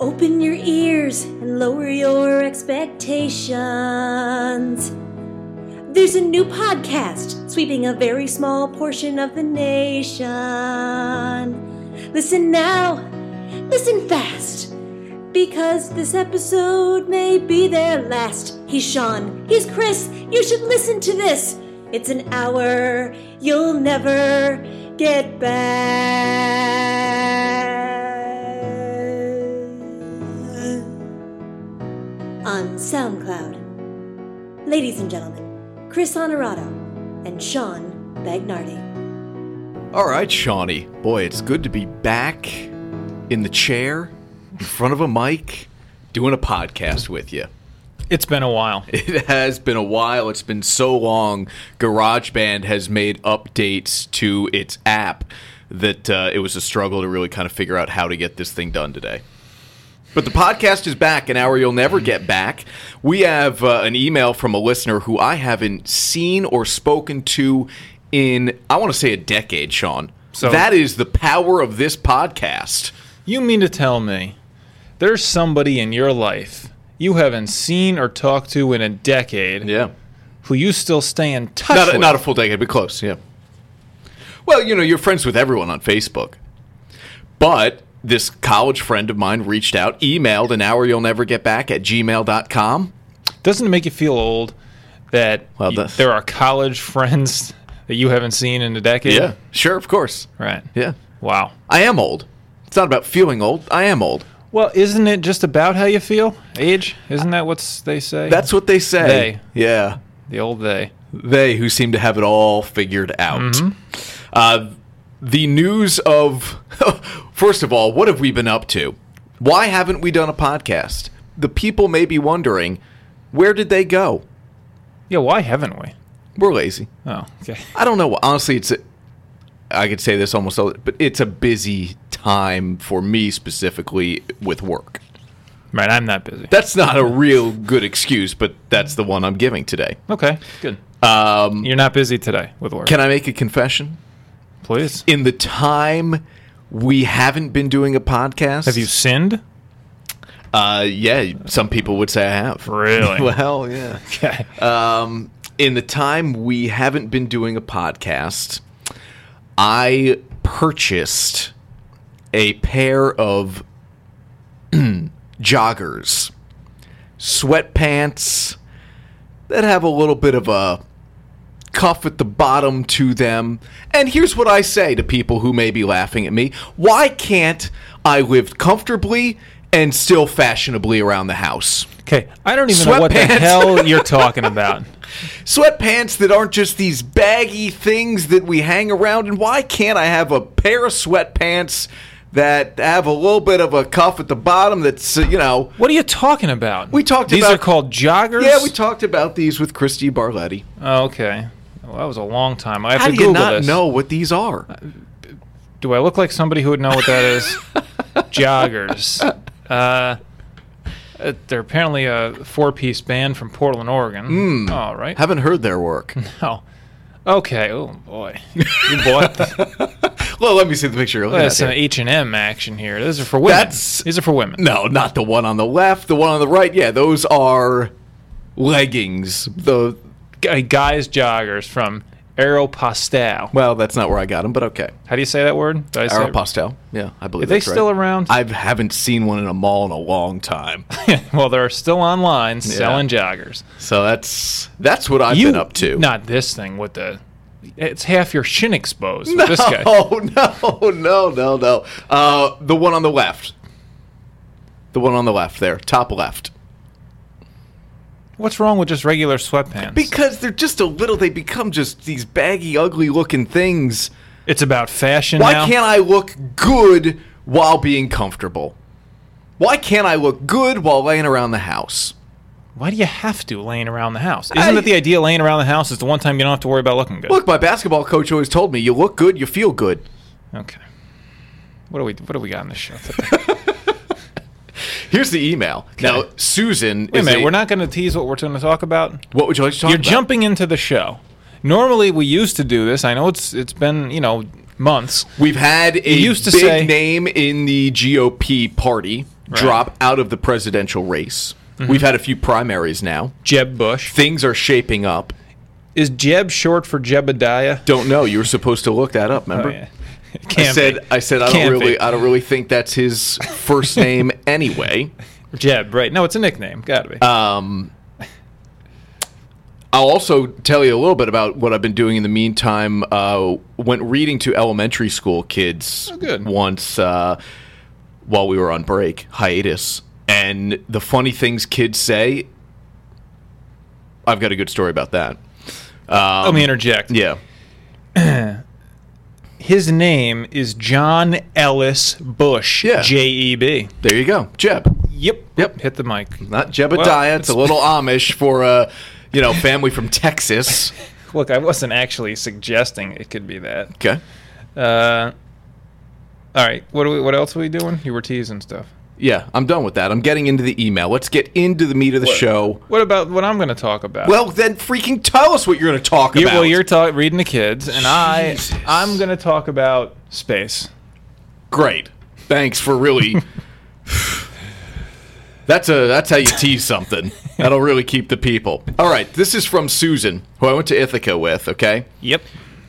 Open your ears and lower your expectations. There's a new podcast sweeping a very small portion of the nation. Listen now, listen fast, because this episode may be their last. He's Sean, he's Chris. You should listen to this. It's an hour you'll never get back on SoundCloud. Ladies and gentlemen, Chris Honorado and Sean Bagnardi. All right, Shawnee. Boy, it's good to be back in the chair, in front of a mic, doing a podcast with you. It's been a while. It has been a while. It's been so long. GarageBand has made updates to its app that uh, it was a struggle to really kind of figure out how to get this thing done today. But the podcast is back, an hour you'll never get back. We have uh, an email from a listener who I haven't seen or spoken to in, I want to say, a decade, Sean. So- that is the power of this podcast. You mean to tell me there's somebody in your life you haven't seen or talked to in a decade Yeah. who you still stay in touch Not a, with? not a full decade, but close, yeah. Well, you know, you're friends with everyone on Facebook. But this college friend of mine reached out, emailed an hour you'll never get back at gmail.com. Doesn't it make you feel old that Well, you- that's- there are college friends that you haven't seen in a decade? Sure, of course. Right. Yeah. Wow. I am old. It's not about feeling old. I am old. Well, isn't it just about how you feel? Age? Isn't that what they say? That's what they say. Yeah. the old they. They who seem to have it all figured out. Uh, the news of, first of all, what have we been up to? Why haven't we done a podcast? The people may be wondering, where did they go? Yeah, why haven't we? We're lazy. Oh, okay. I don't know. Honestly, it's. A, I could say this almost, all, but it's a busy time for me specifically with work. Right, I'm not busy. That's not a real good excuse, but that's the one I'm giving today. Okay, good. Um, You're not busy today with work. Can I make a confession? Please. In the time we haven't been doing a podcast, Have you sinned? Uh, yeah, some people would say I have. Really? Well, yeah. Okay. Um, in the time we haven't been doing a podcast, I purchased a pair of joggers, sweatpants that have a little bit of a cuff at the bottom to them. And here's what I say to people who may be laughing at me why can't I live comfortably and still fashionably around the house? Okay, I don't even know what the Sweatpants. hell you're talking about. sweatpants that aren't just these baggy things that we hang around and why can't i have a pair of sweatpants that have a little bit of a cuff at the bottom that's uh, you know What are you talking about? We talked These about- are called joggers? yeah we talked about these with christy barletti Oh, okay. Well, that was a long time. I have how to do Google you not this. know what these are Do I look like somebody who would know what that is? joggers. Uh, uh, they're apparently a four-piece band from Portland, Oregon. Hmm. All right. haven't heard their work oh. Okay. Oh boy. You bought. This. well let me see the picture Look at That's that some here. H and M action here. Those are for women. That's- These are for women. no not the one on the left the one on the right yeah those are leggings the Gu- Guys joggers from Aeropostale. well that's not where i got them but okay How do you say that word? Did I say it- Aeropostale. Yeah, I believe Are they that's right. still around? I haven't seen one in a mall in a long time. well, they're still online selling joggers. so that's that's what I've been up to. Not this thing with the. It's half your shin exposed with this guy. Oh no, no, no, no. Uh, the one on the left. The one on the left there, top left. What's wrong with just regular sweatpants? Because they're just a little they become just these baggy, ugly looking things. it's about fashion Why now. can't I look good while being comfortable? Why can't I look good while laying around the house? Why do you have to laying around the house? I- Isn't that the idea? Laying around the house is the one time you don't have to worry about looking good. Look, my basketball coach always told me you look good, you feel good. Okay. What do we What do we got in this show? Today? Here's the email. Now, Susan Wait a is minute. We're not going to tease what we're going to talk about. What would you like to talk You're about? jumping into the show. Normally, we used to do this. I know it's it's been you know months. We've had a used to big say- name in the GOP party drop out of the presidential race. Mm-hmm. We've had a few primaries now. Jeb Bush. Things are shaping up. Is Jeb short for Jebediah? Don't know. You were supposed to look that up, remember? I Oh, Can't said be. I said I don't Can't really be. I don't really think that's his first name anyway. Jeb, right? No, it's a nickname. Gotta be. Um, I'll also tell you a little bit about what I've been doing in the meantime. Uh, went reading to elementary school kids Oh, good. once uh, while we were on break, hiatus. And the funny things kids say, I've got a good story about that. Let me interject. Yeah. His name is John Ellis Bush. Yeah. J E B. There you go. Jeb. Yep. Yep. Hit the mic. Not Jebediah. Well, it's a little Amish for a, you know, family from Texas. Look, I wasn't actually suggesting it could be that. Okay. Uh, all right. What are we, What else are we doing? You were teasing stuff. Yeah, I'm done with that. I'm getting into the email. Let's get into the meat of the show. What about what I'm going to talk about? Well, then freaking tell us what you're going to talk you, about. well, you're ta- reading the kids, and I Jesus. I'm going to talk about space. great. Thanks for really. that's a that's how you tease something. That'll really keep the people. All right, this is from Susan, who I went to Ithaca with. Okay, Yep.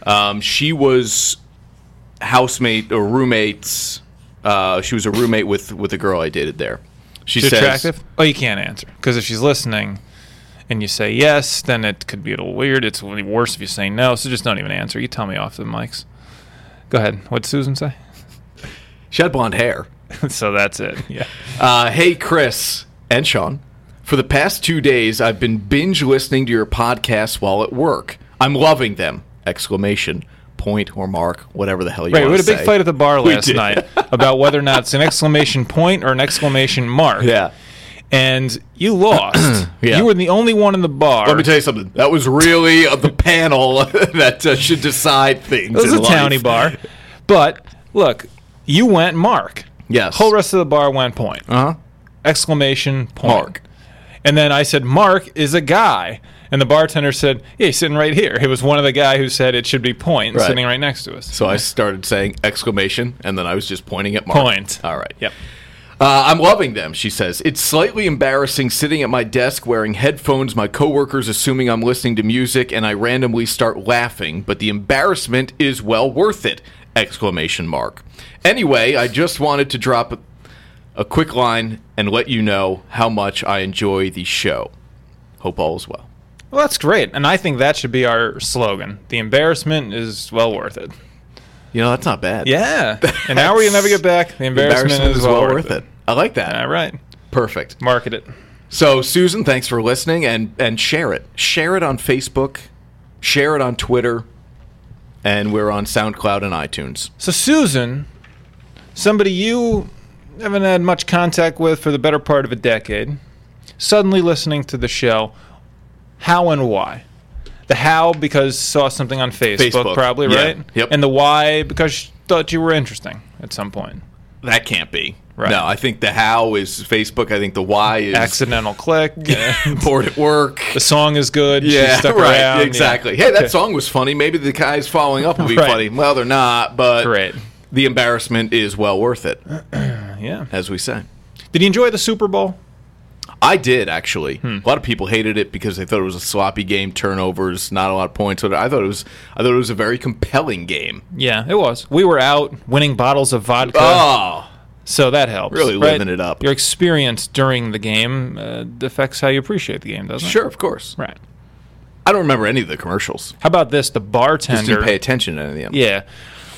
um, she was housemate or roommates. Uh, she was a roommate with with a girl I dated there. She She's says, attractive. Oh, you can't answer because if she's listening, and you say yes, then it could be a little weird. It's really worse if you say no. So just don't even answer. You tell me off the mics. Go ahead. What'd Susan say? she had blonde hair. so that's it. Yeah. Uh, hey, Chris and Sean. For the past two days, I've been binge listening to your podcasts while at work. I'm loving them! Exclamation point or mark, whatever the hell you Right, we want had to a big say. fight at the bar We last did. night about whether or not it's an exclamation point or an exclamation mark. Yeah. And you lost. Yeah. You were the only one in the bar. Let me tell you something. That was really uh, the panel that uh, should decide things. it was in a life. towny bar. But look, you went mark. Yes. Whole rest of the bar went point. Uh-huh. Exclamation point. Mark. And then I said, Mark is a guy. And the bartender said, Yeah, he's sitting right here. It was one of the guy who said it should be point Right. sitting right next to us. So I started saying exclamation, and then I was just pointing at Mark. Point. All right. Yep. Uh, I'm loving them, she says. It's slightly embarrassing sitting at my desk wearing headphones, my coworkers assuming I'm listening to music, and I randomly start laughing, but the embarrassment is well worth it! Exclamation mark. Anyway, I just wanted to drop a, a quick line and let you know how much I enjoy the show. Hope all is well. Well, that's great. And I think that should be our slogan. The embarrassment is well worth it. You know, that's not bad. Yeah. An hour you never get back. The embarrassment, Embarrassment is, well worth it. I like that. All right. Perfect. Market it. So, Susan, thanks for listening and, and share it. Share it on Facebook, share it on Twitter, and we're on SoundCloud and iTunes. So, Susan, somebody you haven't had much contact with for the better part of a decade, suddenly listening to the show, how and why? The how because saw something on Facebook, Facebook, probably, yeah. right? Yep. And the why because she thought you were interesting at some point. That can't be. Right. No, I think the how is Facebook. I think the why is Accidental click. uh, bored at work. the song is good. Yeah, she stuck right. around, yeah. exactly. Hey, that song was funny. Maybe the guys following up will be Right. funny. Well, they're not, but Great. the embarrassment is well worth it, Yeah. as we say. Did you enjoy the Super Bowl? I did actually. Hmm. A lot of people hated it because they thought it was a sloppy game, turnovers, not a lot of points. But I thought it was. I thought it was a very compelling game. Yeah, it was. We were out winning bottles of vodka, Oh, so that helps. Really right? living it up. Your experience during the game uh, affects how you appreciate the game, doesn't it? sure, of course. Right. I don't remember any of the commercials. How about this? The Just bartender. didn't pay attention to any of them. Yeah.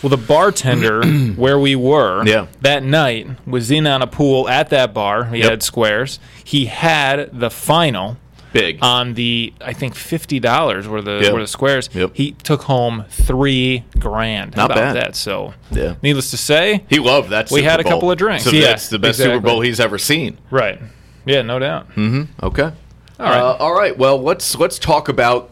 Well, the bartender where we were Yeah. that night was in on a pool at that bar. He Yep. had squares. He had the final Big. on the I think fifty dollars were the Yep. were the squares. Yep. He took home three grand. How Not about bad. that? So Yeah. needless to say, he loved that. We Super had a Bowl. couple of drinks. So Yeah, that's the best Super exactly. Bowl he's ever seen. right. Yeah, no doubt. Okay. All right. Hmm. Uh, all right. Well, let's let's talk about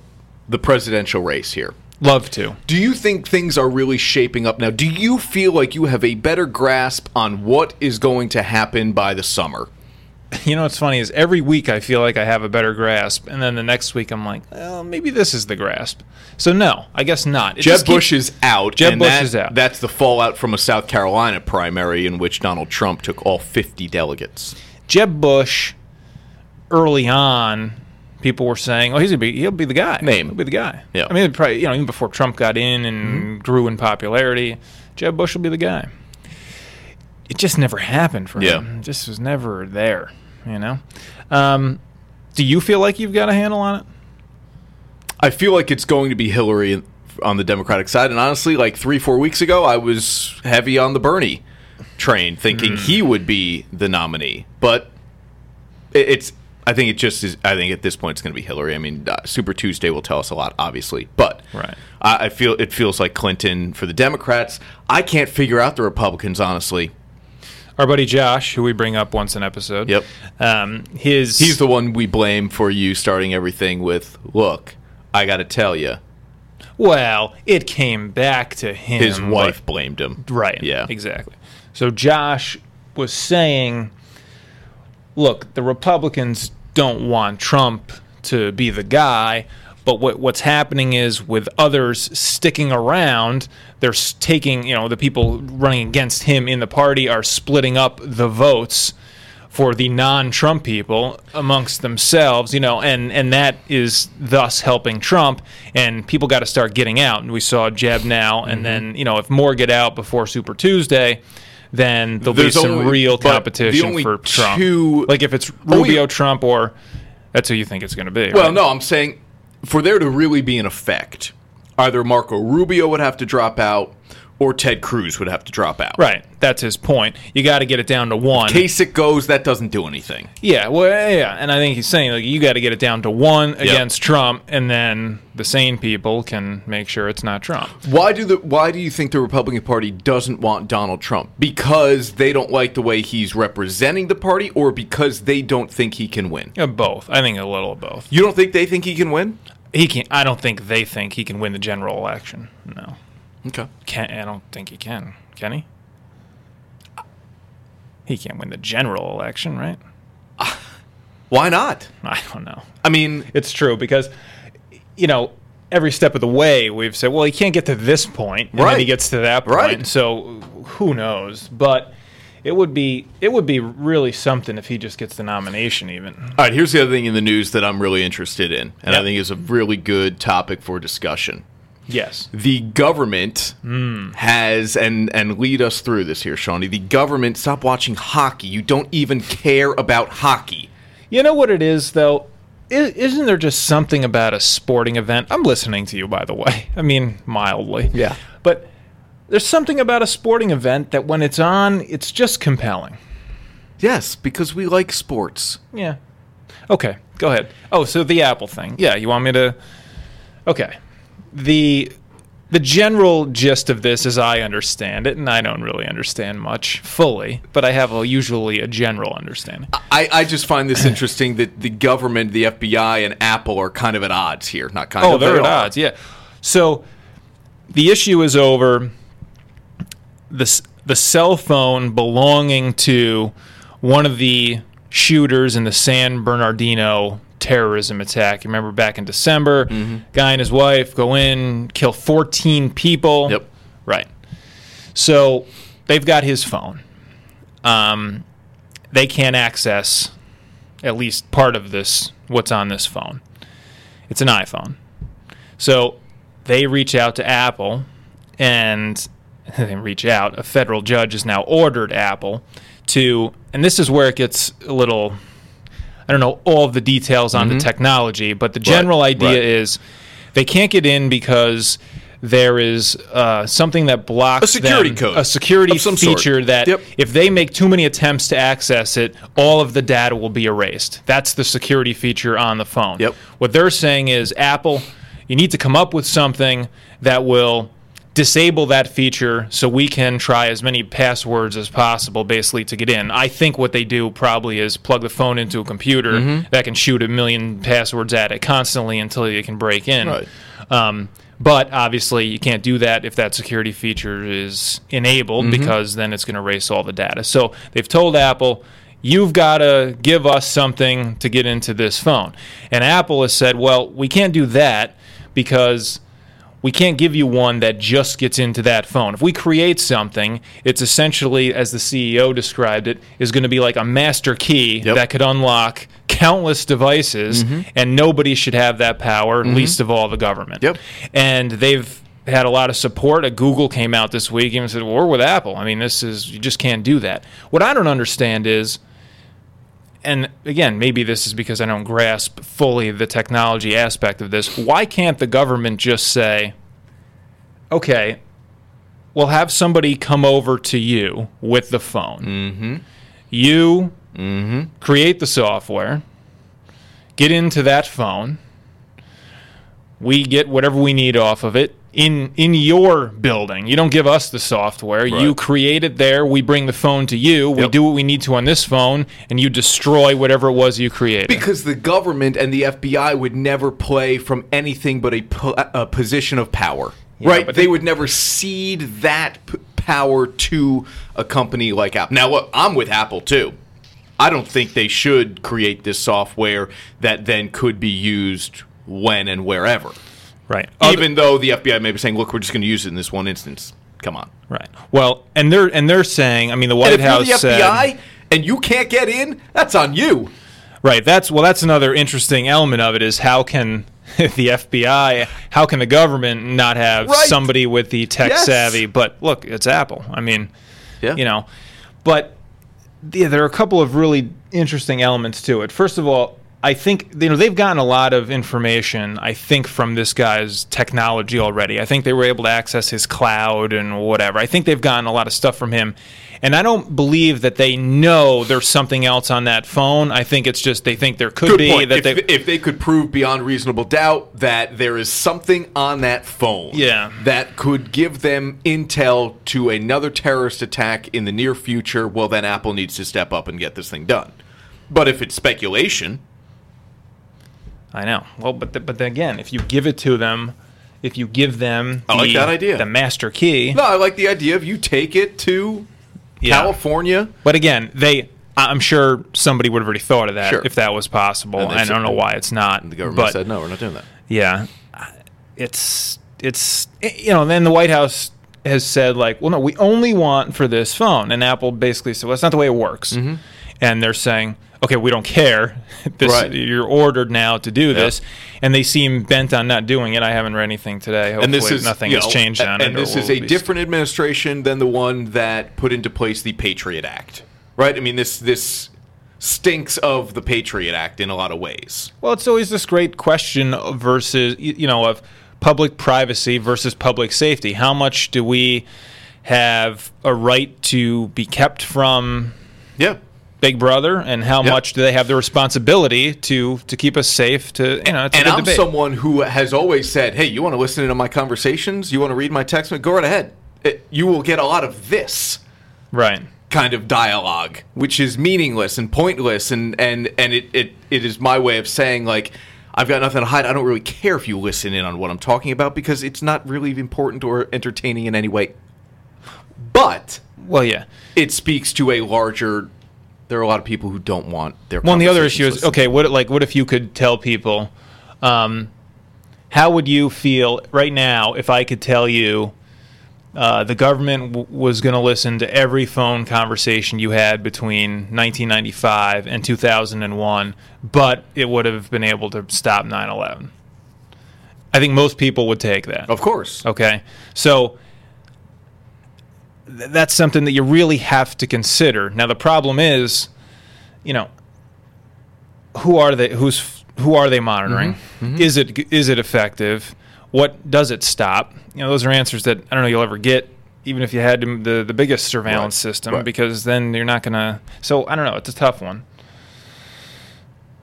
the presidential race here. Love to. Do you think things are really shaping up now? Do you feel like you have a better grasp on what is going to happen by the summer? you know what's funny is every week I feel like I have a better grasp, and then the next week I'm like, well, maybe this is the grasp. So no, I guess not. It Jeb just keep- Bush is out. Jeb and Bush that- is out. That's the fallout from a South Carolina primary in which Donald Trump took all 50 delegates. Jeb Bush. Early on, people were saying, "Oh, he's gonna be he'll be the guy. Name. he'll be the guy." Yeah. Mm-hmm. I mean, it probably you know even before Trump got in and grew in popularity, Jeb Bush will be the guy. It just never happened for Yeah. him. It just was never there. You know. Um, do you feel like you've got a handle on it? I feel like it's going to be Hillary on the Democratic side. And honestly, like three, four weeks ago, I was heavy on the Bernie train, thinking he would be the nominee. But it- it's, I think it just is. I think at this point it's going to be Hillary. I mean, uh, Super Tuesday will tell us a lot, obviously. But Right. I, I feel it feels like Clinton for the Democrats. I can't figure out the Republicans, honestly. Our buddy Josh, who we bring up once an episode. Yep. Um, his He's the one we blame for you starting everything with, look, I got to tell you, well, it came back to him. his but- wife blamed him. right. Yeah. Exactly. So Josh was saying, look, the Republicans don't want Trump to be the guy, but what what's happening is with others sticking around, they're s- taking, you know, the people running against him in the party are splitting up the votes for the non-Trump people amongst themselves, you know, and and that is thus helping Trump. And people got to start getting out. And we saw Jeb now, Mm-hmm. and then you know, if more get out before Super Tuesday, then there'll There's be some only- real but the competition only for Trump. two- like if it's only- Rubio, Trump, or that's who you think it's going to be. Well, right? no, I'm saying for there to really be an effect, either Marco Rubio would have to drop out or Ted Cruz would have to drop out. right, that's his point. You got to get it down to one. Kasich goes, that doesn't do anything. Yeah, well, yeah, and I think he's saying like you got to get it down to one against Trump, and then the sane people can make sure it's not Trump. Why do the why do you think the Republican Party doesn't want Donald Trump? Because they don't like the way he's representing the party or because they don't think he can win? Yeah, both. I think a little of both. You don't think they think he can win? He can. I don't think they think he can win the general election. No, Okay. can I don't think he can. Can he? He can't win the general election, right? Why not? I don't know. I mean, It's true because, you know, every step of the way we've said, well, he can't get to this point, and then he Right. gets to that point. Right. So who knows? But it would be it would be really something if he just gets the nomination, even. All right, here's the other thing in the news that I'm really interested in, and I Yep. think is a really good topic for discussion. Yes. The government has, and and lead us through this here, Shawnee. The government, stop watching hockey. You don't even care about hockey. You know what it is, though? I- Isn't there just something about a sporting event? I'm listening to you, by the way. I mean, mildly. Yeah. But there's something about a sporting event that when it's on, it's just compelling. Yes, because we like sports. Yeah. Okay, go ahead. Oh, so the Apple thing. Yeah, you want me to Okay. The the general gist of this as I understand it, and I don't really understand much fully, but I have a, usually a general understanding. I, I just find this interesting that the government, the FBI, and Apple are kind of at odds here. Not kind Oh, of. they're they at are. odds. Yeah. So the issue is over. The s- the cell phone belonging to one of the shooters in the San Bernardino terrorism attack. You remember back in December, Mm-hmm. guy and his wife go in, kill 14 people. Yep. Right. So they've got his phone. Um, they can't access at least part of this what's on this phone. It's an iPhone. So they reach out to Apple and they reach out. A federal judge has now ordered Apple to, and this is where it gets a little, I don't know all of the details on the technology, but the general idea Mm-hmm. right. is they can't get in because there is uh, something that blocks security them- code a security of some sort. feature that Yep. if they make too many attempts to access it, all of the data will be erased. That's the security feature on the phone. Yep. What they're saying is, Apple, you need to come up with something that will disable that feature so we can try as many passwords as possible basically to get in. I think what they do probably is plug the phone into a computer Mm-hmm. that can shoot a million passwords at it constantly until you can break in. Right. Um, but obviously, you can't do that if that security feature is enabled because then it's going to erase all the data. So they've told Apple You've got to give us something to get into this phone. And Apple has said, well, we can't do that because we can't give you one that just gets into that phone. If we create something, it's essentially, as the CEO described it, is going to be like a master key Yep. that could unlock countless devices, and nobody should have that power, least of all the government. Yep. And they've had a lot of support. A Google came out this week and said, well, "We're with Apple. I mean, this is you just can't do that." What I don't understand is and again, maybe this is because I don't grasp fully the technology aspect of this. Why can't the government just say, okay, we'll have somebody come over to you with the phone? Mm-hmm. You Mm-hmm. create the software, get into that phone, we get whatever we need off of it. In, in your building, you don't give us the software. You Right. create it there. We bring the phone to you. We Yep. do what we need to on this phone, and you destroy whatever it was you created. Because the government and the FBI would never play from anything but a, po- a position of power, right? but They would never cede that p- power to a company like Apple. Now, look, I'm with Apple too. I don't think they should create this software that then could be used when and wherever. right. Even though the FBI may be saying, "Look, we're just going to use it in this one instance." Come on. right. Well, and they're and they're saying, I mean, the White and if House you're the said- FBI and you can't get in, that's on you. Right. That's well. That's another interesting element of it is how can the FBI, how can the government not have Right. somebody with the tech Yes. savvy? But look, it's Apple. I mean, Yeah. you know, but yeah, there are a couple of really interesting elements to it. First of all. I think you know they've gotten a lot of information. I think from this guy's technology already. I think they were able to access his cloud and whatever. I think they've gotten a lot of stuff from him, and I don't believe that they know there's something else on that phone. I think it's just they think there could Good be point. that if, they if they could prove beyond reasonable doubt that there is something on that phone Yeah. that could give them intel to another terrorist attack in the near future, well, then Apple needs to step up and get this thing done. But if it's speculation, I know. Well, but th- but then again, if you give it to them, if you give them I like the- that idea. the master key. no, I like the idea of you take it to Yeah. California. But again, they I- I'm sure somebody would have already thought of that Sure. if that was possible. And they I said- don't know why it's not. The government but, said, no, we're not doing that. Yeah, it's it's you know. Then the White House has said like, well, no, we only want for this phone. And Apple basically said, well, that's not the way it works. Mm-hmm. And they're saying, okay, we don't care. This Right. you're ordered now to do this, and they seem bent on not doing it. I haven't read anything today. Hopefully, and this is nothing you has know, changed on and it. or this we'll is a be- different administration than the one that put into place the Patriot Act, right? I mean, this this stinks of the Patriot Act in a lot of ways. Well, it's always this great question of versus y- you know of public privacy versus public safety. How much do we have a right to be kept from Yeah, Big Brother, and how Yep. much do they have the responsibility to to keep us safe? To you know, it's a and good I'm debate. someone who has always said, "Hey, you want to listen into my conversations? You want to read my text? Go right ahead. It- you will get a lot of this." right. kind of dialogue, which is meaningless and pointless, and and and it it, it is my way of saying like. I've got nothing to hide. I don't really care if you listen in on what I'm talking about because it's not really important or entertaining in any way. But Well, yeah. it speaks to a larger. There are a lot of people who don't want their. Well, and the other issue conversations is okay. What like what if you could tell people, um, how would you feel right now if I could tell you, uh, the government w- was going to listen to every phone conversation you had between 1995 and 2001, but it would have been able to stop 9/11. I think most people would take that. listened. of course. Okay. So th- that's something that you really have to consider. Now the problem is, you know, who are they who's who are they monitoring? Mm-hmm. Is it is it effective? What does it stop? You know, those are answers that I don't know you'll ever get even if you had the the biggest surveillance Right, system right. because then you're not going to So, I don't know, it's a tough one.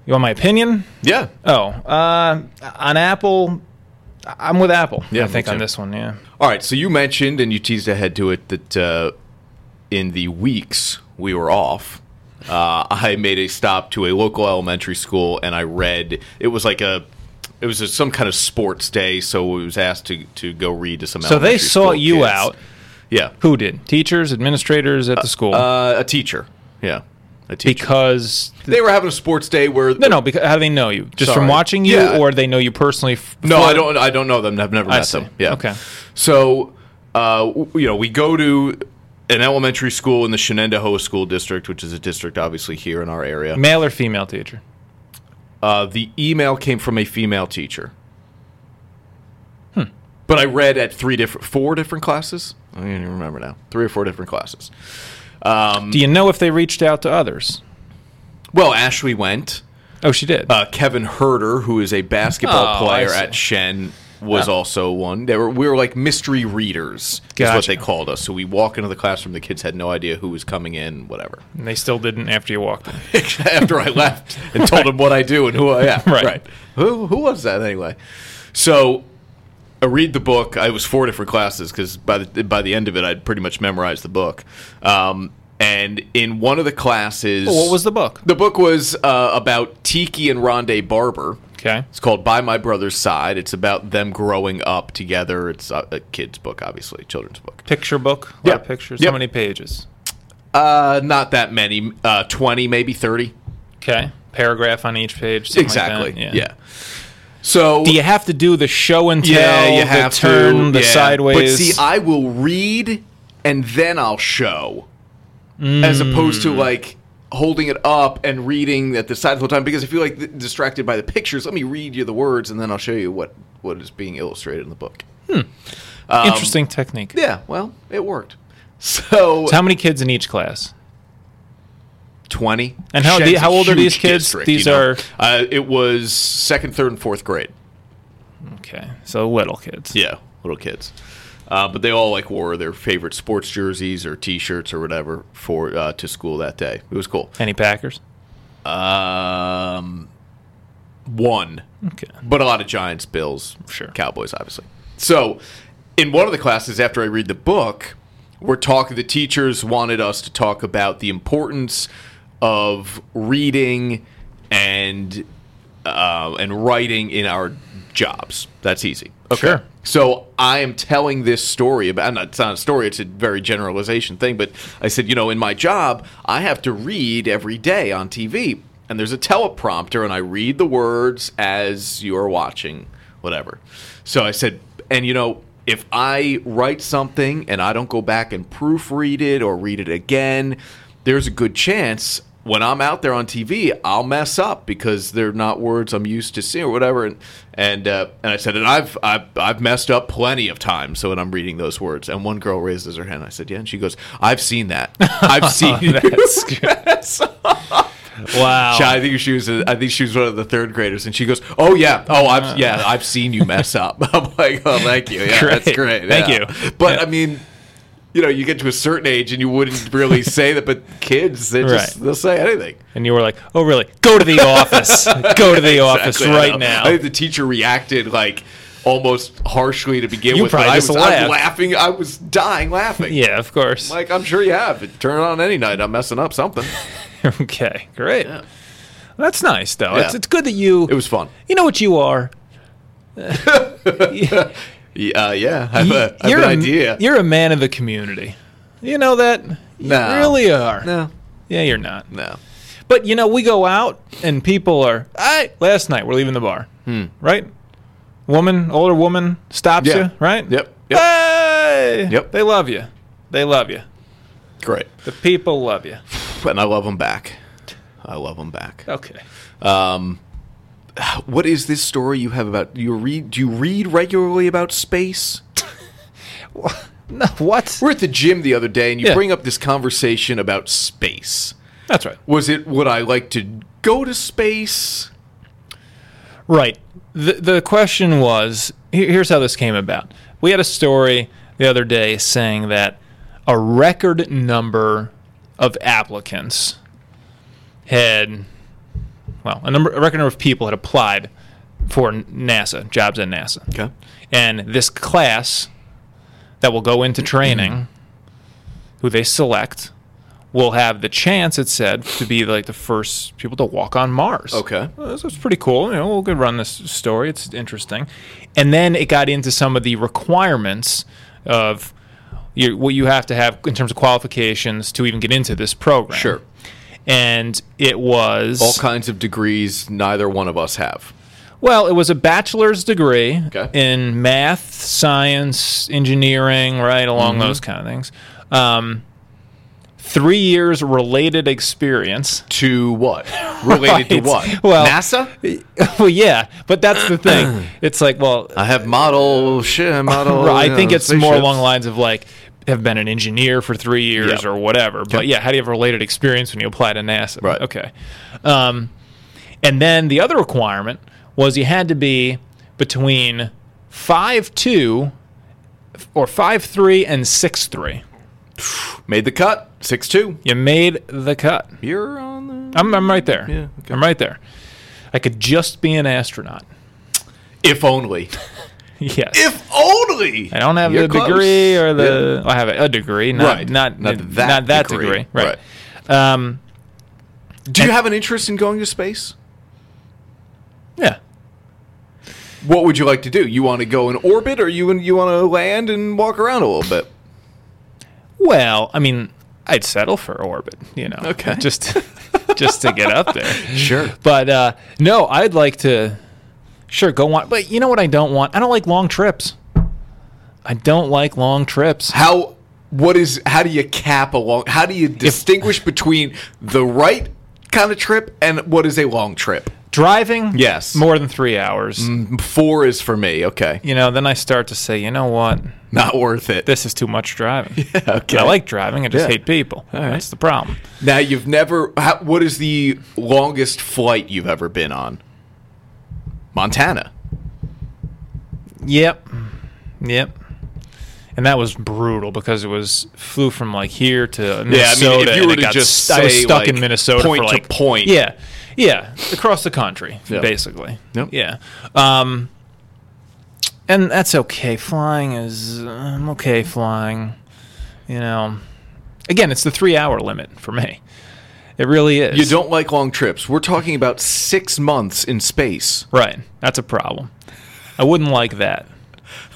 You want my opinion? Yeah. Oh, uh, on Apple, I'm with Apple. Yeah, I think me on too. this one. Yeah. All right. So you mentioned and you teased ahead to it that uh, in the weeks we were off, uh, I made a stop to a local elementary school and I read. It was like a. It was a, some kind of sports day, so it was asked to, to go read to some. So they elementary sought school you kids. out. Yeah. uh, Who did? Teachers, administrators at the school. Uh, a teacher. Yeah. A teacher. because they were having a sports day where no, no. Because how do they know you? Just from Sorry. watching you, Yeah. or they know you personally? F- No, for- I don't. I don't know them. I've never I met see. them. Yeah. Okay. So, uh, w- you know, we go to an elementary school in the Shenandoah School District, which is a district obviously here in our area. Male or female teacher? Uh, the email came from a female teacher. Hmm. But I read at three different, four different classes. I don't even remember now. Three or four different classes. Do you know if they reached out to others? Well, Ashley went. Oh, she did. Uh, Kevin Herder, who is a basketball Oh, I player see. at Shen, was also one. They were we were like mystery readers, is what Gotcha. they called us. So we walk into the classroom, the kids had no idea who was coming in, whatever. and they still didn't after you walked. in. After I left and told them what I do and who I am, Right. Who who was that anyway? So I read the book. I was four different classes because by the by the end of it, I'd pretty much memorized the book. Um, and in one of the classes, Well, what was the book? the book was uh, about Tiki and Rondé Barber. Okay. It's called By My Brother's Side. It's about them growing up together. It's a, a kid's book, obviously, children's book. Picture book. A lot of Yeah. pictures. Yep. How many pages? Uh, not that many, uh, 20, maybe 30. Okay. Paragraph on each page. something like that. exactly. yeah. So Do you have to do the show and tell? yeah, you the have turn, to, the yeah. sideways. But see, I will read and then I'll show, Mm. as opposed to like holding it up and reading at the side the whole time. Because if you're like th- distracted by the pictures, let me read you the words and then I'll show you what what is being illustrated in the book. um, Interesting technique. Yeah, well, it worked. So So how many kids in each class? twenty. And how- Shen's a how old are huge these kids? district, These you know? are- Uh, it was second, third, and fourth grade. Okay, so little kids. Yeah, little kids. Uh, but they all like wore their favorite sports jerseys or T-shirts or whatever for uh, to school that day. It was cool. Any Packers? Um, one, Okay. but a lot of Giants, Bills, Sure. Cowboys, obviously. So, in one of the classes, after I read the book, we're talking. The teachers wanted us to talk about the importance of reading and uh, and writing in our jobs. That's easy. Sure. So I am telling this story about. and It's not a story; it's a very generalization thing. But I said, you know, in my job, I have to read every day on TV, and there's a teleprompter, and I read the words as you're watching, whatever. So I said, and you know, if I write something and I don't go back and proofread it or read it again, there's a good chance when I'm out there on TV, I'll mess up because they're not words I'm used to seeing or whatever. And and uh, and I said, and I've, I've I've messed up plenty of times. So when I'm reading those words, and one girl raises her hand, I said, yeah, and she goes, I've seen that. I've seen That's that. Wow. I think she was. I think she was one of the third graders, and she goes, "Oh yeah, oh Uh. I've yeah, I've seen you mess up." I'm like, "Oh, thank you, yeah, that's Great. great, Thank yeah." you. But Yeah. I mean, you know, you get to a certain age, and you wouldn't really say that. But kids, they just Right. they'll say anything. and you were like, "Oh, really? Go to the office. Go to the office Exactly, I right know. now." I think the teacher reacted like almost harshly to begin You with. but probably I was just I'm laughed. laughing. I was dying laughing. yeah, of course. Like I'm sure you have. Turn it on any night. I'm messing up something. okay, great. That's nice, though. It's, Yeah. it's good that you It was fun. you know what you are. Yeah, uh, yeah. I have, a, I have you're an a, idea. You're a man of the community. You know that. No. You really are. no, Yeah, you're not. no. But you know, we go out and people are. I last night we're leaving the bar, right? Woman, older woman stops Hmm. Yeah. you, right? Yep, yep. Hey! Yep. They love you. They love you. Great. The people love you. And I love them back. I love them back. Okay. What is this story you have about you read? Do you read regularly about space? No, what? We're at the gym the other day, and you Yeah. bring up this conversation about space. That's right. Was it would I like to go to space? Right. The the question was here- here's how this came about. We had a story the other day saying that a record number of applicants had well, a number a record number of people had applied for NASA, jobs at NASA. Okay. And this class that will go into training, who they select, will have the chance, it said, to be like the first people to walk on Mars. Okay. Well, This was pretty cool. You know, we'll good run this story. It's interesting. And then it got into some of the requirements of your, what you have to have in terms of qualifications to even get into this program. and it was All kinds of degrees neither one of us have. well, it was a bachelor's degree Okay. in math, science, engineering, right along Mm-hmm. those kind of things. Um, three years related experience. To what? Related to Right. what? Well- NASA? well, yeah, but that's the thing. It's like, well, I have model, shit, model. Right, you I think know, it's more Oh, spaceships. along the lines of like have been an engineer for three years Yep. or whatever. But Yep. yeah, how do you have related experience when you apply to NASA? Right. Okay. Um, and then the other requirement was you had to be between five two or five three and six three. Made the cut. Six two. You made the cut. You're on the. I'm, I'm right there. Yeah, okay. I'm right there. I could just be an astronaut. If only. Yes. If only. I don't have You're the close. degree or the. Yeah. I have a degree, not Right. not Not not that, that degree. degree. right? Um, Do you have an interest in going to space? yeah, What would you like to do? You want to go in orbit, or you you want to land and walk around a little bit? Well, I mean, I'd settle for orbit, you know. Okay. Just just to get up there. Sure. But uh no, I'd like to sure go on but you know what I don't want? I don't like long trips. I don't like long trips. How? What is? How do you cap a long? How do you distinguish between the right kind of trip and what is a long trip? Driving? Yes. Mm. More than 3 hours. Four is for me. Okay, You know, then I start to say, "You know what? not worth it. This is too much driving." okay. I like driving, I just Yeah. hate people. That's the problem. Now you've never. How, what is the longest flight you've ever been on? Montana. Yep. Yep. And that was brutal because it was flew from like here to Minnesota. you and were it to got just st- I was say, stuck like, in Minnesota point for to like point. Yeah, yeah, across the country Yeah. basically. Yep. Yeah. Um, and that's okay. Flying is I'm okay flying. You know, again, it's the three hour limit for me. It really is. You don't like long trips. We're talking about six months in space. right? That's a problem. I wouldn't like that.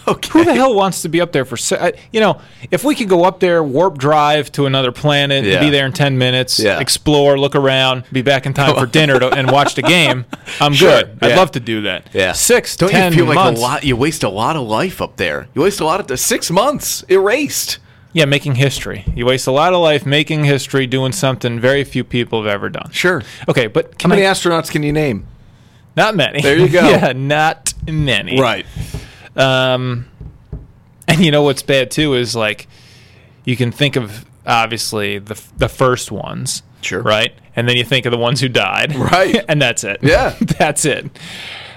Okay. Who the hell wants to be up there for? Se- I, you know, if we could go up there, warp drive to another planet, Yeah. be there in ten minutes, Yeah. explore, look around, be back in time for dinner to, and watch the game, I'm Sure, good. I'd yeah. love to do that. Yeah. six, Don't ten you feel like months. a lot? You waste a lot of life up there. You waste a lot of the six months erased. Yeah, making history. You waste a lot of life making history, doing something very few people have ever done. Sure. Okay, but How can many I? astronauts can you name? Not many. There you go. yeah, not many. Um, and you know what's bad too is like you can think of obviously the f- the first ones, Sure. right, and then you think of the ones who died, Right. and that's it. Yeah. that's it.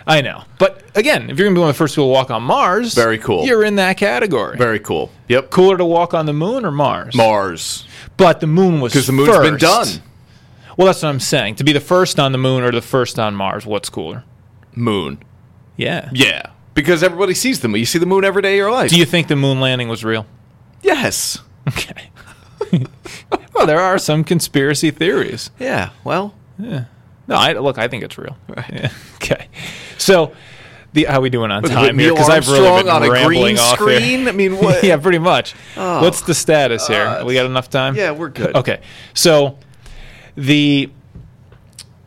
I know, but again, if you're gonna be one of the first people to walk on Mars, Very cool. You're in that category. Very cool. Yep. Cooler to walk on the moon or Mars? Mars. But the moon was Because because the moon's been done. Well, that's what I'm saying. To be the first on the moon or the first on Mars, what's cooler? Moon. Yeah. Yeah. Because everybody sees the moon. You see the moon every day of your life. Do you think the moon landing was real? yes. Okay. well, there are some conspiracy theories. Yeah. Well. No, I, look, I think it's real. Yeah. Okay. So, the, how we doing on with time here? Neil Because I've really been Armstrong on a rambling green off screen? Here. I mean, what- Oh. yeah, pretty much. What's the status here? uh, we got enough time? Yeah, we're good. Okay. So, the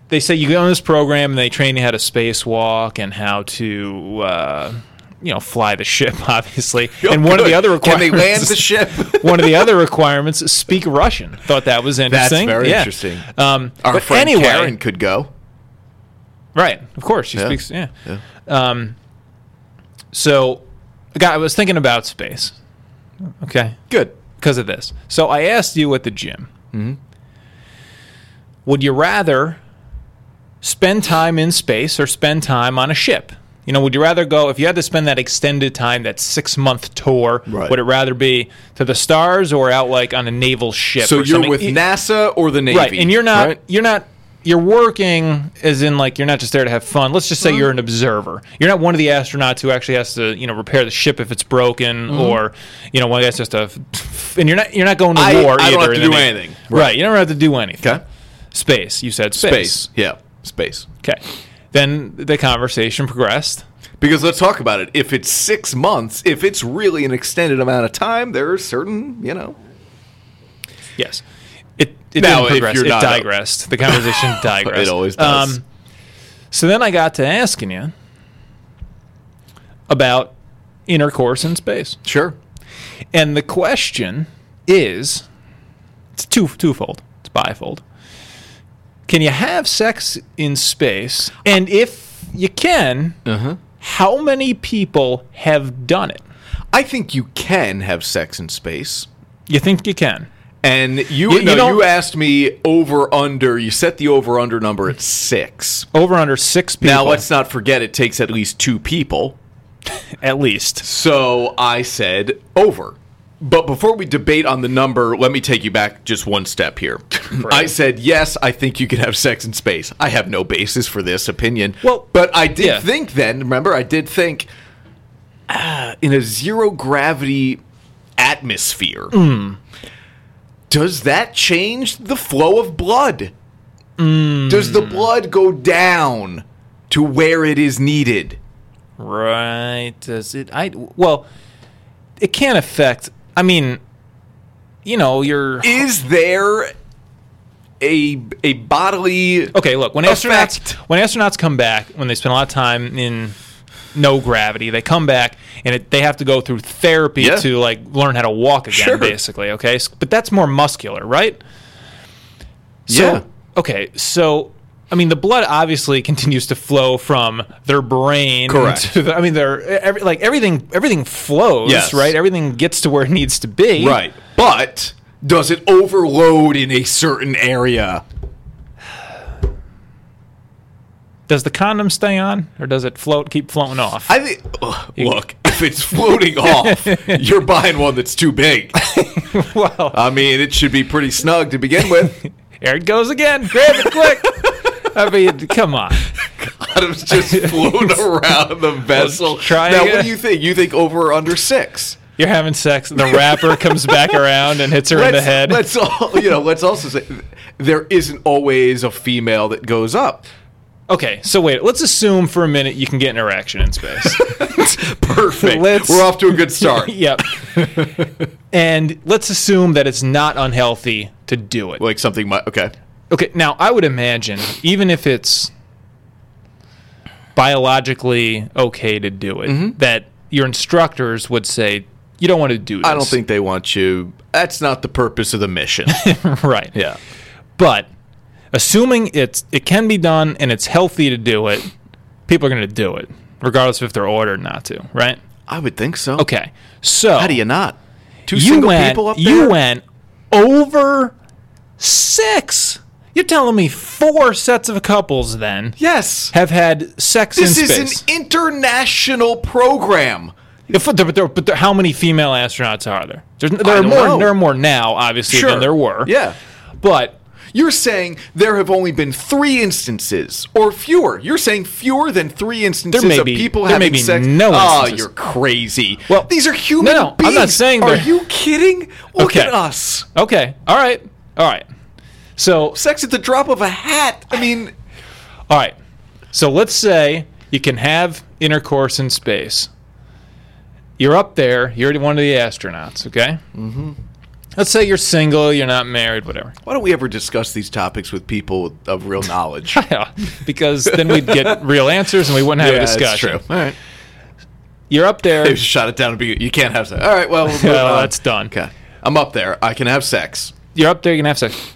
they say you go on this program and they train you how to spacewalk and how to. Uh, you know, fly the ship, obviously, Oh, and one of good. the other Can requirements they land the ship? one of the other requirements is speak Russian. Thought that was interesting. very Yeah. interesting. Uh, Um, Our but friend anyway, Karen could go. right? Of course, she Yeah. speaks. Yeah. Yeah. So, guy, I was thinking about space. Okay, Good. because of this. So I asked you at the gym, Mm-hmm. would you rather spend time in space or spend time on a ship? You know, would you rather go if you had to spend that extended time, that six month tour? Right. Would it rather be to the stars or out like on a naval ship? So or you're something? E, with I- NASA or the Navy, right and you're not right? you're not you're working as in like you're not just there to have fun let's just say you're an observer you're not one of the astronauts who actually has to you know repair the ship if it's broken or you know one that's just a and you're not you're not going to I- war I don't either have to in do any- anything. right. you don't have to do anything Okay. space you said Space. Yeah. Space. okay then the conversation progressed Because let's talk about it. If it's six months, if it's really an extended amount of time, there are certain, you know. yes It it Now, didn't if progress. you're it not up- digressed. The conversation digressed. Um, It always does. so then I got to asking you about intercourse in space, Sure. and the question is, it's two twofold. It's bifold. Can you have sex in space? And if you can, Uh-huh. how many people have done it? I think you can have sex in space. You think you can? And you You- you no, you, don't- asked me over under. You set the over under number at six. Over under six people. Now let's not forget it takes at least two people. at least. So I said over. But before we debate on the number, let me take you back just one step here. I said yes, I think you could have sex in space. I have no basis for this opinion. Well, but I did yeah. think then. Remember, I did think ah, in a zero gravity atmosphere. Does that change the flow of blood? Mm. Does the blood go down to where it is needed? Right. Does it? I well, it can affect. I mean, you know, your is there a a bodily okay. Look, when astronauts Effect. when astronauts come back, when they spend a lot of time in no gravity, they come back and it, they have to go through therapy Yeah. to like learn how to walk again, Sure. basically. Okay, S- but that's more muscular, right? So, Yeah. Okay, so. I mean, the blood obviously continues to flow from their brain. Correct. To the, I mean, their every, like everything, everything flows, Yes. right? Everything gets to where it needs to be, right but does it overload in a certain area Does the condom stay on, or does it float, keep floating off? i think ugh, look if it's floating off you're buying one that's too big well, i mean it should be pretty snug to begin with there it goes again. Grab it quick. I mean, come on. atoms just float around the vessel try now again. what do you think you think over or under six You're having sex, and the rapper comes back around and hits her in the head. let's all you know let's also say there isn't always a female that goes up Okay, so wait. Let's assume for a minute you can get an erection in space. perfect Let's- we're off to a good start yep. and let's assume that it's not unhealthy to do it. like something mu okay Okay, now I would imagine even if it's biologically okay to do it, Mm-hmm. that your instructors would say you don't want to do this. i don't think they want you that's not the purpose of the mission right. yeah But assuming it's it can be done and it's healthy to do it, people are going to do it regardless if they're ordered not to, right? i would think so Okay. So how do you not two you single went people up there you went over 6. You're telling me four sets of couples then? yes have had sex this in is space. an international program If- but there- but there- but there- how many female astronauts are there? There's, there I are don't more. know. There are more now, obviously, than there were. yeah but you're saying there have only been three instances or fewer. You're saying fewer than three instances may of be- people there may having be sex. no oh, instances. you're crazy. Well, these are human no, I'm not beings. saying Are they're- you kidding? Look Okay. at us. okay, all right, all right. So Sex at the drop of a hat. I mean, all right, so let's say you can have intercourse in space. You're up there. You're one of the astronauts. Okay. Mm-hmm. Let's say you're single. You're not married. Whatever. why don't we ever discuss these topics with people of real knowledge? Yeah, because then we'd get real answers and we wouldn't have a discussion. All right. You're up there. They just shot it down and be, you can't have sex. All right, well, we'll Well, that's done. um, Okay. I'm up there. I can have sex. you're up there, you can have sex.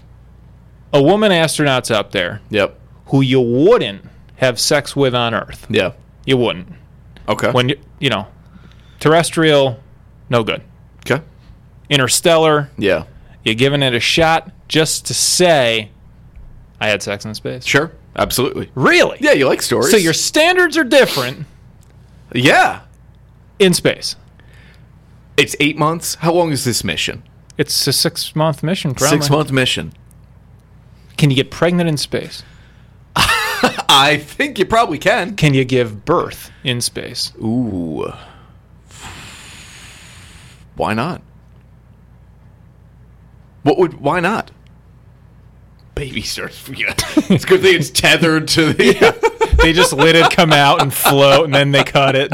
A woman astronaut's up there Yep. who you wouldn't have sex with on Earth. Yeah. You wouldn't. Okay. When you, you know, terrestrial, no good. okay. Interstellar, Yeah. you're giving it a shot just to say, I had sex in space. Sure. Absolutely. Really? Yeah, you like stories. So your standards are different Yeah. in space. It's eight months. How long is this mission? It's a six month mission, probably. Six month mission. Can you get pregnant in space? I think you probably can. Can you give birth in space? Ooh. Why not? What would why not? Baby starts. Yeah. It's a good thing it's tethered to the. they just let it come out and float, and then they cut it.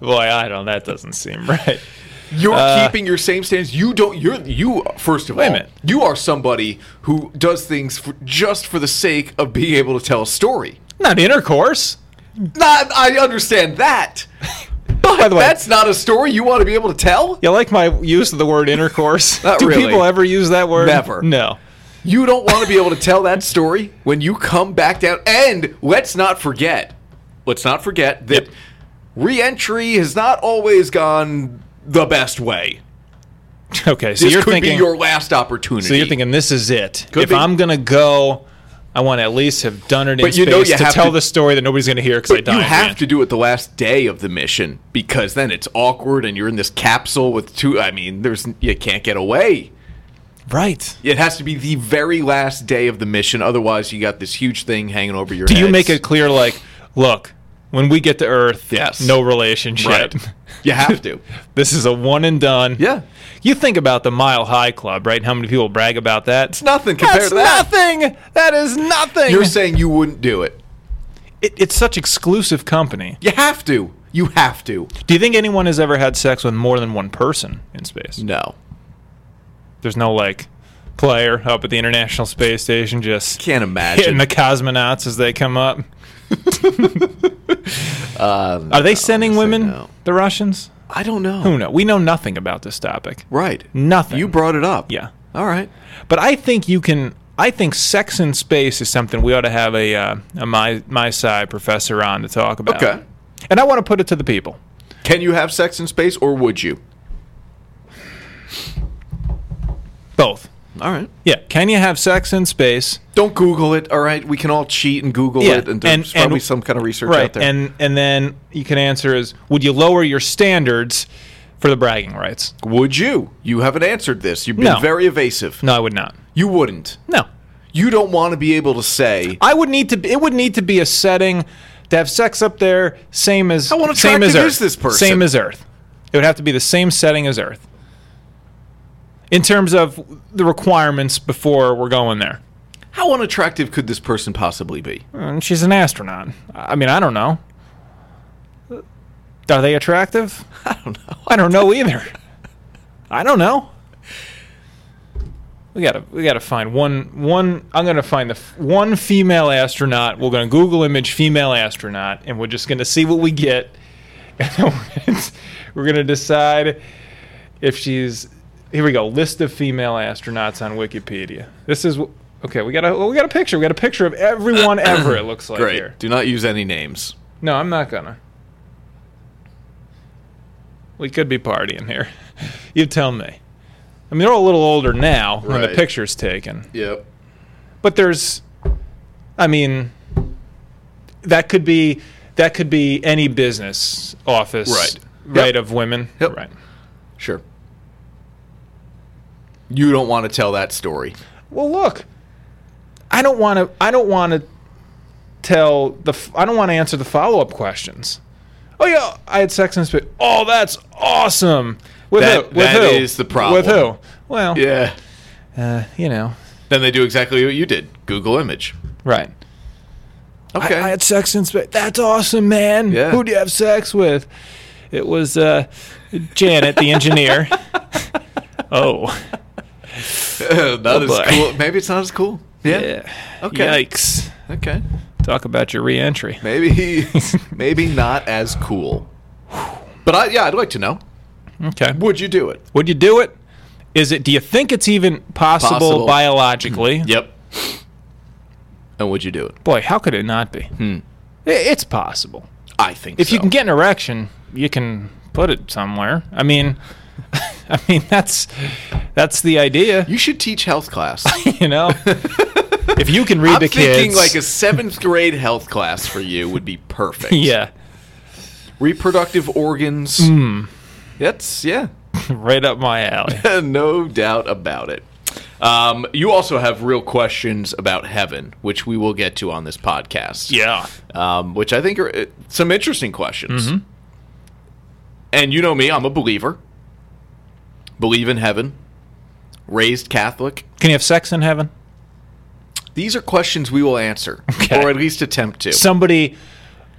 Boy, I don't. That doesn't seem right. You're keeping your same stance. You don't. You're you. First of Uh, Wait a all, minute. you are somebody who does things for, just for the sake of being able to tell a story. Not intercourse. Not, I understand that. But By the way- that's not a story you want to be able to tell. You like my use of the word intercourse? Not Do really. people ever use that word? Never. No. You don't want to be able to tell that story when you come back down. And let's not forget, let's not forget that Yep. re-entry has not always gone the best way. Okay, so This you're could thinking be your last opportunity. So you're thinking this is it. Could if be. I'm gonna go, I want to at least have done it in But you space know you to have tell to- the story that nobody's gonna hear because I But died. you at the have end. to do it the last day of the mission because then it's awkward and you're in this capsule with two. I mean, there's you can't get away. right. It has to be the very last day of the mission. Otherwise, you got this huge thing hanging over your Do head. you make it clear like, look, when we get to Earth, Yes. no relationship. right? you have to. This is a one and done. Yeah. You think about the Mile High Club, right? And how many people brag about that? It's nothing compared That's to that. nothing. That is nothing. You're saying you wouldn't do it. It- it's such exclusive company. You have to. You have to. Do you think anyone has ever had sex with more than one person in space? No. There's no like player up at the International Space Station just Can't hitting imagine. the cosmonauts as they come up. Are they sending Um, honestly, women? no. The Russians? I don't Who know. knows? We know nothing about this topic. Right. Nothing. You brought it up. Yeah. All right. But I think you can. I think sex in space is something we ought to have a uh, a my my side professor on to talk about. Okay. And I want to put it to the people. Can you have sex in space or would you? Both. All right. Yeah. Can you have sex in space? Don't Google it. All right. We can all cheat and Google Yeah, it, and there's and- and- probably some kind of research out there. And and then you can answer is would you lower your standards for the bragging rights? would you? You haven't answered this. You've been No. very evasive. No, I would not. You wouldn't. No. You don't want to be able to say. I would need to be, it would need to be a setting to have sex up there same as How unattractive same as is Earth. this person? Same as Earth. It would have to be the same setting as Earth. In terms of the requirements before we're going there. How unattractive could this person possibly be? And she's an astronaut. I mean, I don't know. Are they attractive? I don't know. I don't know either. I don't know. We gotta we gotta find one one. I'm gonna find the f- one female astronaut. We're gonna Google image female astronaut, and we're just gonna see what we get. And then we're gonna- we're gonna decide if she's. Here we go. List of female astronauts on Wikipedia. This is wh- okay. We got a oh, we got a picture. We got a picture of everyone ever. It looks like Great. here. Do not use any names. No, I'm not gonna. We could be partying here. You tell me. I mean, they're all a little older now when the Right. picture's taken, Yep. but there's, I mean, that could be that could be any business office, Right. Right Yep. of women, Yep. right. Sure. You don't want to tell that story. well look i don't want to i don't want to tell the f- i don't want to answer the follow-up questions oh yeah i had sex in space oh that's awesome with That- who with that who is the problem. with who well Yeah. uh, you know Then they do exactly what you did. Google image. right Okay. I, I had sex in space that's awesome man Yeah. who do you have sex with it was uh, janet the engineer oh not as boy. cool. Maybe it's not as cool. Yeah. Okay. yikes Okay. talk about your reentry Maybe maybe not as cool. But I yeah, I'd like to know. okay Would you do it? Would you do it? Is it? Do you think it's even possible, Possible. Mm-hmm. biologically? Yep. And would you do it? Boy, how could it not be? I- It's possible. I think If you Hmm. so. can get an erection, you can put it somewhere. I mean, I mean that's that's the idea. you should teach health class. You know, if you can read I'm the thinking kids, like a seventh grade health class for you would be perfect. yeah, Reproductive organs. Hmm. That's yeah. right up my alley. no doubt about it. Um, you also have real questions about heaven, which we will get to on this podcast. Yeah, Um, which I think are uh, some interesting questions. Mm-hmm. And you know me, I'm a believer. Believe in heaven. Raised Catholic. can you have sex in heaven? These are questions we will answer, Okay. or at least attempt to. Somebody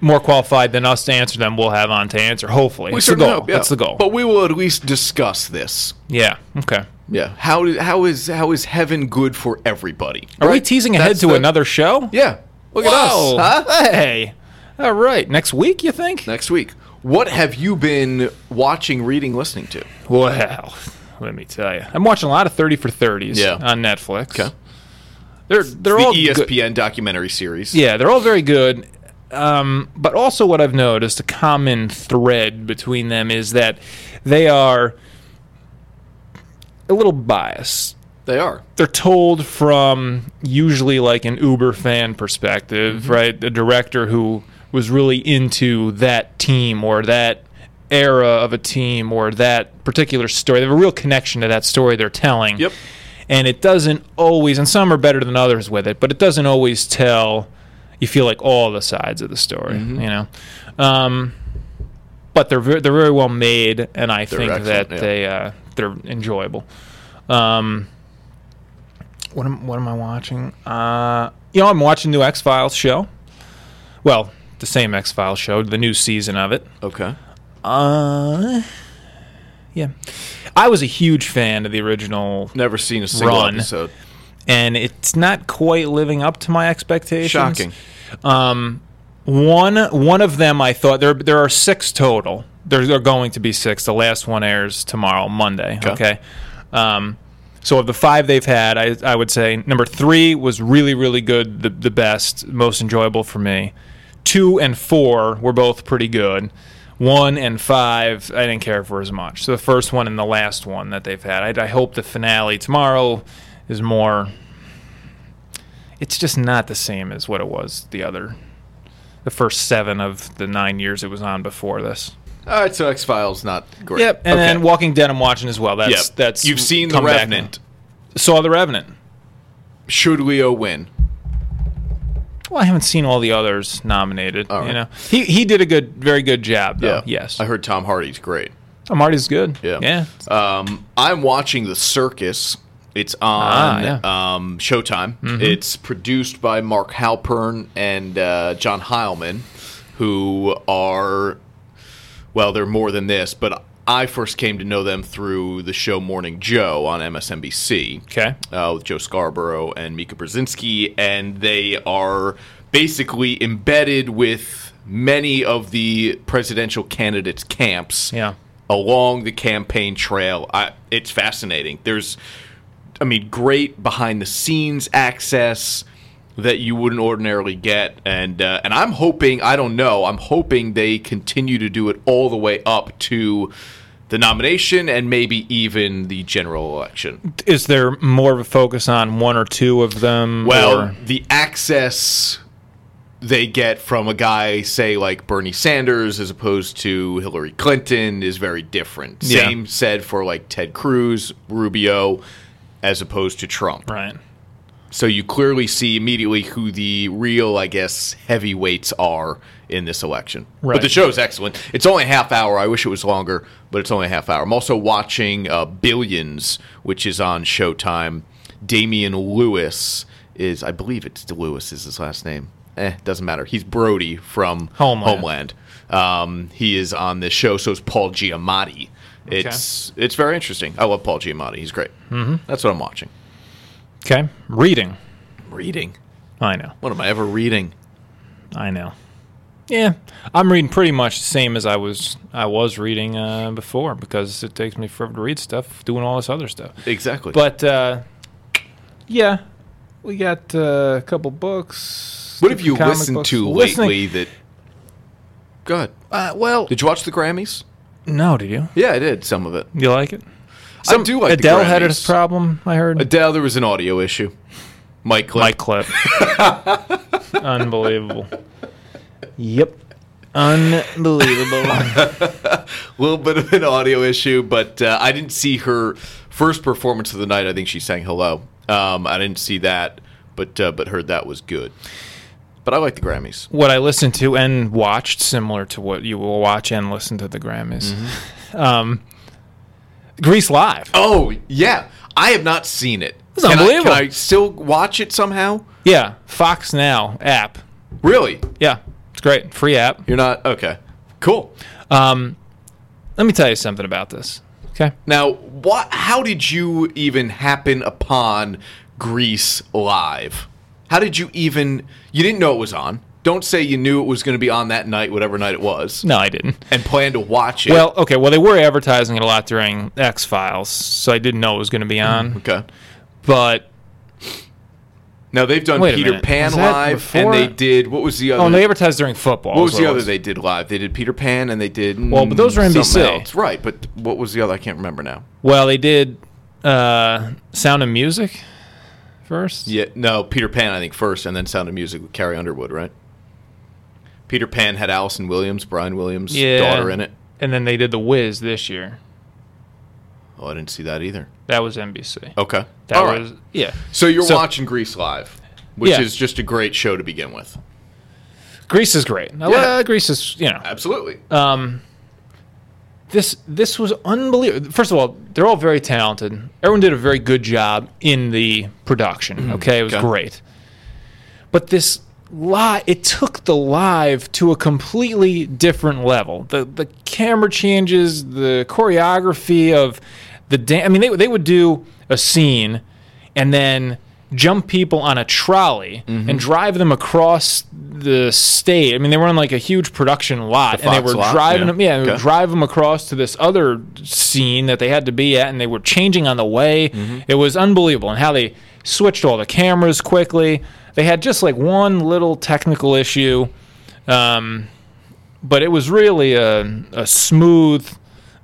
more qualified than us to answer them will have on to answer. Hopefully, We it's the certainly goal. hope, yeah. That's the goal. But we will at least discuss this. yeah. Okay. Yeah. How how is how is heaven good for everybody? Are we Right? teasing ahead That's to the- another show? Yeah. Look Whoa. at us. Huh? Hey. All right. Next week, you think? Next week. What have you been watching, reading, listening to? Well, let me tell you, I'm watching a lot of 30 for 30s Yeah. on Netflix. Okay. They're they're The E all ESPN good. documentary series. Yeah, they're all very good. Um, but also, what I've noticed, a common thread between them is that they are a little biased. They are. They're told from usually like an Uber fan perspective, right? The director who was really into that team or that era of a team or that particular story. They have a real connection to that story they're telling Yep. and it doesn't always and some are better than others with it but it doesn't always tell you feel like all the sides of the story Mm-hmm. you know um, but they're very, they're very well made and i think excellent, that yeah. they uh, they're enjoyable um, what am what am i watching uh, you know i'm watching new x-files show well the same x-files show the new season of it Okay. uh, yeah i was a huge fan of the original Never seen a single Run. episode. and it's not quite living up to my expectations. Shocking. One one of them I thought there there are six total. There are going to be six. The last one airs tomorrow, Monday. Okay. Um, so of the five they've had, I, I would say number three was really really good, the the best, most enjoyable for me. Two and four were both pretty good. One and five, I didn't care for as much. So the first one and the last one that they've had, I, I hope the finale tomorrow is more. It's just not the same as what it was the other the first seven of the nine years it was on before this. All right, so X Files not great. Yep, and Okay. then Walking Dead I'm watching as well. Yep. That's that's you've seen the come back Revenant. now. Saw the Revenant. Should Leo win? Well, I haven't seen all the others nominated. All right. You know, he he did a good, very good job. Though. Yes. I heard Tom Hardy's great. Oh, Marty's good. Yeah. Yeah. Um, I'm watching The Circus. It's on Ah, Mm-hmm. um, Showtime. It's produced by Mark Halpern and uh, John Heilman, who are, well, they're more than this, but I first came to know them through the show Morning Joe on MSNBC Okay. uh, with Joe Scarborough and Mika Brzezinski, and they are basically embedded with many of the presidential candidates' camps Yeah. along the campaign trail. I, it's fascinating. There's, I mean, great behind the scenes access that you wouldn't ordinarily get, and uh, and I'm hoping I don't know. I'm hoping they continue to do it all the way up to. The nomination and maybe even the general election. Is there more of a focus on one or two of them? Well, Mm, or- the access they get from a guy, say like Bernie Sanders, as opposed to Hillary Clinton, is very different. Yeah. Same said for like Ted Cruz, Rubio, as opposed to Trump. right. So you clearly see immediately who the real, I guess, heavyweights are in this election. But Right. the show's excellent. It's only a half hour. I wish it was longer, but it's only a half hour. I'm also watching uh, Billions, which is on Showtime. Damian Lewis is, I believe it's Lewis is his last name. Eh, doesn't matter. He's Brody from Homeland. Homeland. Um, he is on this show. So is Paul Giamatti. It's it's very interesting. I love Paul Giamatti. He's great. Mm-hmm. That's what I'm watching. Okay. Reading. Reading. I know. What am I ever reading? I know. Yeah, I'm reading pretty much the same as I was I was reading uh, before because it takes me forever to read stuff, doing all this other stuff. Exactly. But uh, yeah, we got uh, a couple books. what have you comic listened books. to Listening- lately that? Go ahead. Uh, well, Did you watch the Grammys? no, did you? Yeah, I did some of it. You like it? I do like Adele the Grammys. had a problem. I heard Adele, there was an audio issue. Mike, Clip. Mike clip. Unbelievable. Yep. Unbelievable. a little bit of an audio issue, but uh, I didn't see her first performance of the night. I think she sang "Hello." Um, I didn't see that, but uh, but heard that was good. But I like the Grammys. what I listened to and watched, similar to what you will watch and listen to the Grammys. Mm-hmm. Um, Grease Live. Oh yeah, I have not seen it. That's Can I- unbelievable. can I still watch it somehow? Yeah, Fox Now app. Really? Yeah, it's great. Free app. You're not okay. Cool. Let me tell you something about this. Okay. Now, what? How did you even happen upon Grease Live? How did you even? You didn't know it was on. Don't say you knew it was going to be on that night, whatever night it was, No, I didn't. and plan to watch it. Well, okay. Well, they were advertising it a lot during X Files, so I didn't know it was going to be on. okay. But Now they've done Wait a Peter minute. Pan Was that live, before- and they did what was the other? oh, and they advertised during football. what is was the it other they did live? They did Peter Pan, and they did Well, but those were mm, something NBC. else. right? But what was the other? I can't remember now. Well, they did uh, Sound of Music first. Yeah, no, Peter Pan, I think, first, and then Sound of Music with Carrie Underwood, right? Peter Pan had Allison Williams, Brian Williams' Yeah. daughter in it. And then they did The Wiz this year. Oh, I didn't see that either. That was NBC. Okay. That All right. was yeah. So you're so- watching Grease Live, which Yeah. is just a great show to begin with. Greece is great. I Yeah. lo- Greece is you know Absolutely. Uh, this this was unbelievable. First of all, they're all very talented. Everyone did a very good job in the production. Okay, it was Mm-hmm. Okay. great. But this live, it took the live to a completely different level. The the camera changes, the choreography of the dance. I mean, they they would do a scene, and then jump people on a trolley Mm-hmm. and drive them across the state. I mean, they were on like a huge production lot, and they Fox were lot, driving yeah. them. Yeah, they would Okay. drive them across to this other scene that they had to be at, and they were changing on the way. It was unbelievable, and how they switched all the cameras quickly. They had just like one little technical issue, um, but it was really a, a smooth,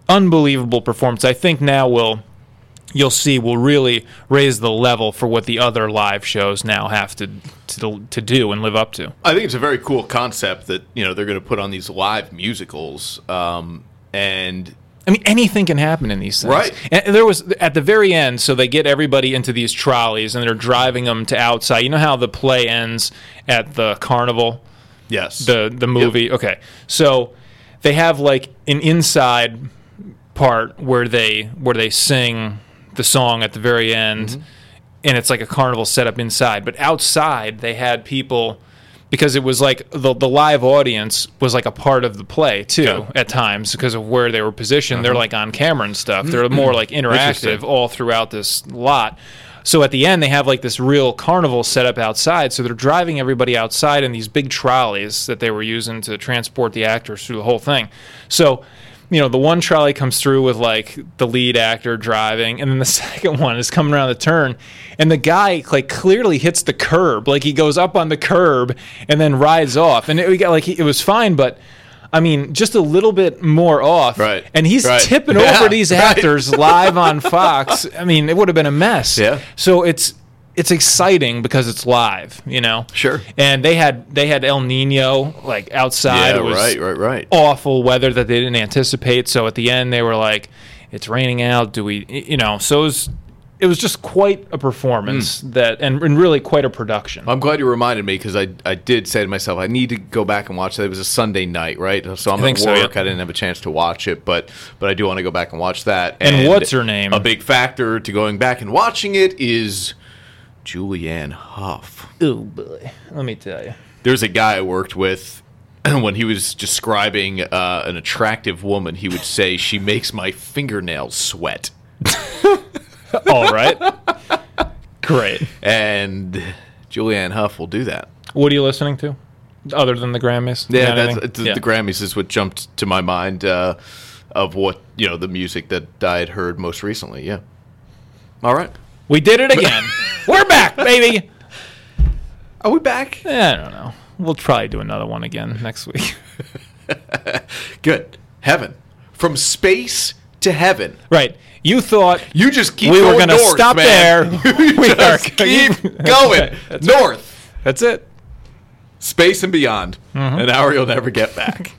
unbelievable performance. I think now will you'll see will really raise the level for what the other live shows now have to to, to do and live up to. I think it's a very cool concept that, you know, they're going to put on these live musicals. Um, and I mean, anything can happen in these things. Right. And there was at the very end, so they get everybody into these trolleys and they're driving them to outside. You know how the play ends at the carnival, yes. the the movie. Okay, so they have like an inside part where they where they sing the song at the very end, Mm-hmm. and it's like a carnival setup inside. But outside, they had people. Because it was like the, the live audience was like a part of the play too Yeah. Uh-huh. at times because of where they were positioned. They're like on camera and stuff. They're more like interactive Mm-hmm. Interesting. all throughout this lot. So at the end, they have like this real carnival set up outside. So they're driving everybody outside in these big trolleys that they were using to transport the actors through the whole thing. So, you know, the one trolley comes through with like the lead actor driving, and then the second one is coming around the turn, and the guy like clearly hits the curb, like he goes up on the curb and then rides off, and it, we got like it was fine, but. I mean, just a little bit more off, Right. And he's Right. tipping Yeah. over these Right. actors live on Fox. I mean, it would have been a mess. Yeah. So it's it's exciting because it's live, you know. Sure. And they had they had El Nino like outside. yeah, it was right, right, right. awful weather that they didn't anticipate. So at the end, they were like, "It's raining out. Do we?" You know. So it was it was just quite Hmm. a performance that and, and really quite a production. I'm glad you reminded me because I, I did say to myself, I need to go back and watch that. It was a Sunday night, right? So I'm think at work. so, yeah. I didn't have a chance to watch it, but but I do want to go back and watch that. And what's her name? A big factor to going back and watching it is Julianne Hough. Oh boy, let me tell you. There's a guy I worked with when he was describing uh, an attractive woman, he would say, She makes my fingernails sweat. All right. Great. And Julianne Hough will do that. What are you listening to? Other than the Grammys? You Yeah, got that's, anything? the, the Grammys is what jumped to my mind uh, of what you know the music that I had heard most recently. Yeah. All right. We did it again. We're back, baby. Are we back? Eh, I don't know. We'll probably do another one again next week. Good. Heaven. From space to heaven. right. You thought You just keep. we were going gonna north, stop man. there. You we are just keep going north, That's it. Mm-hmm. space and beyond. An hour you'll never get back.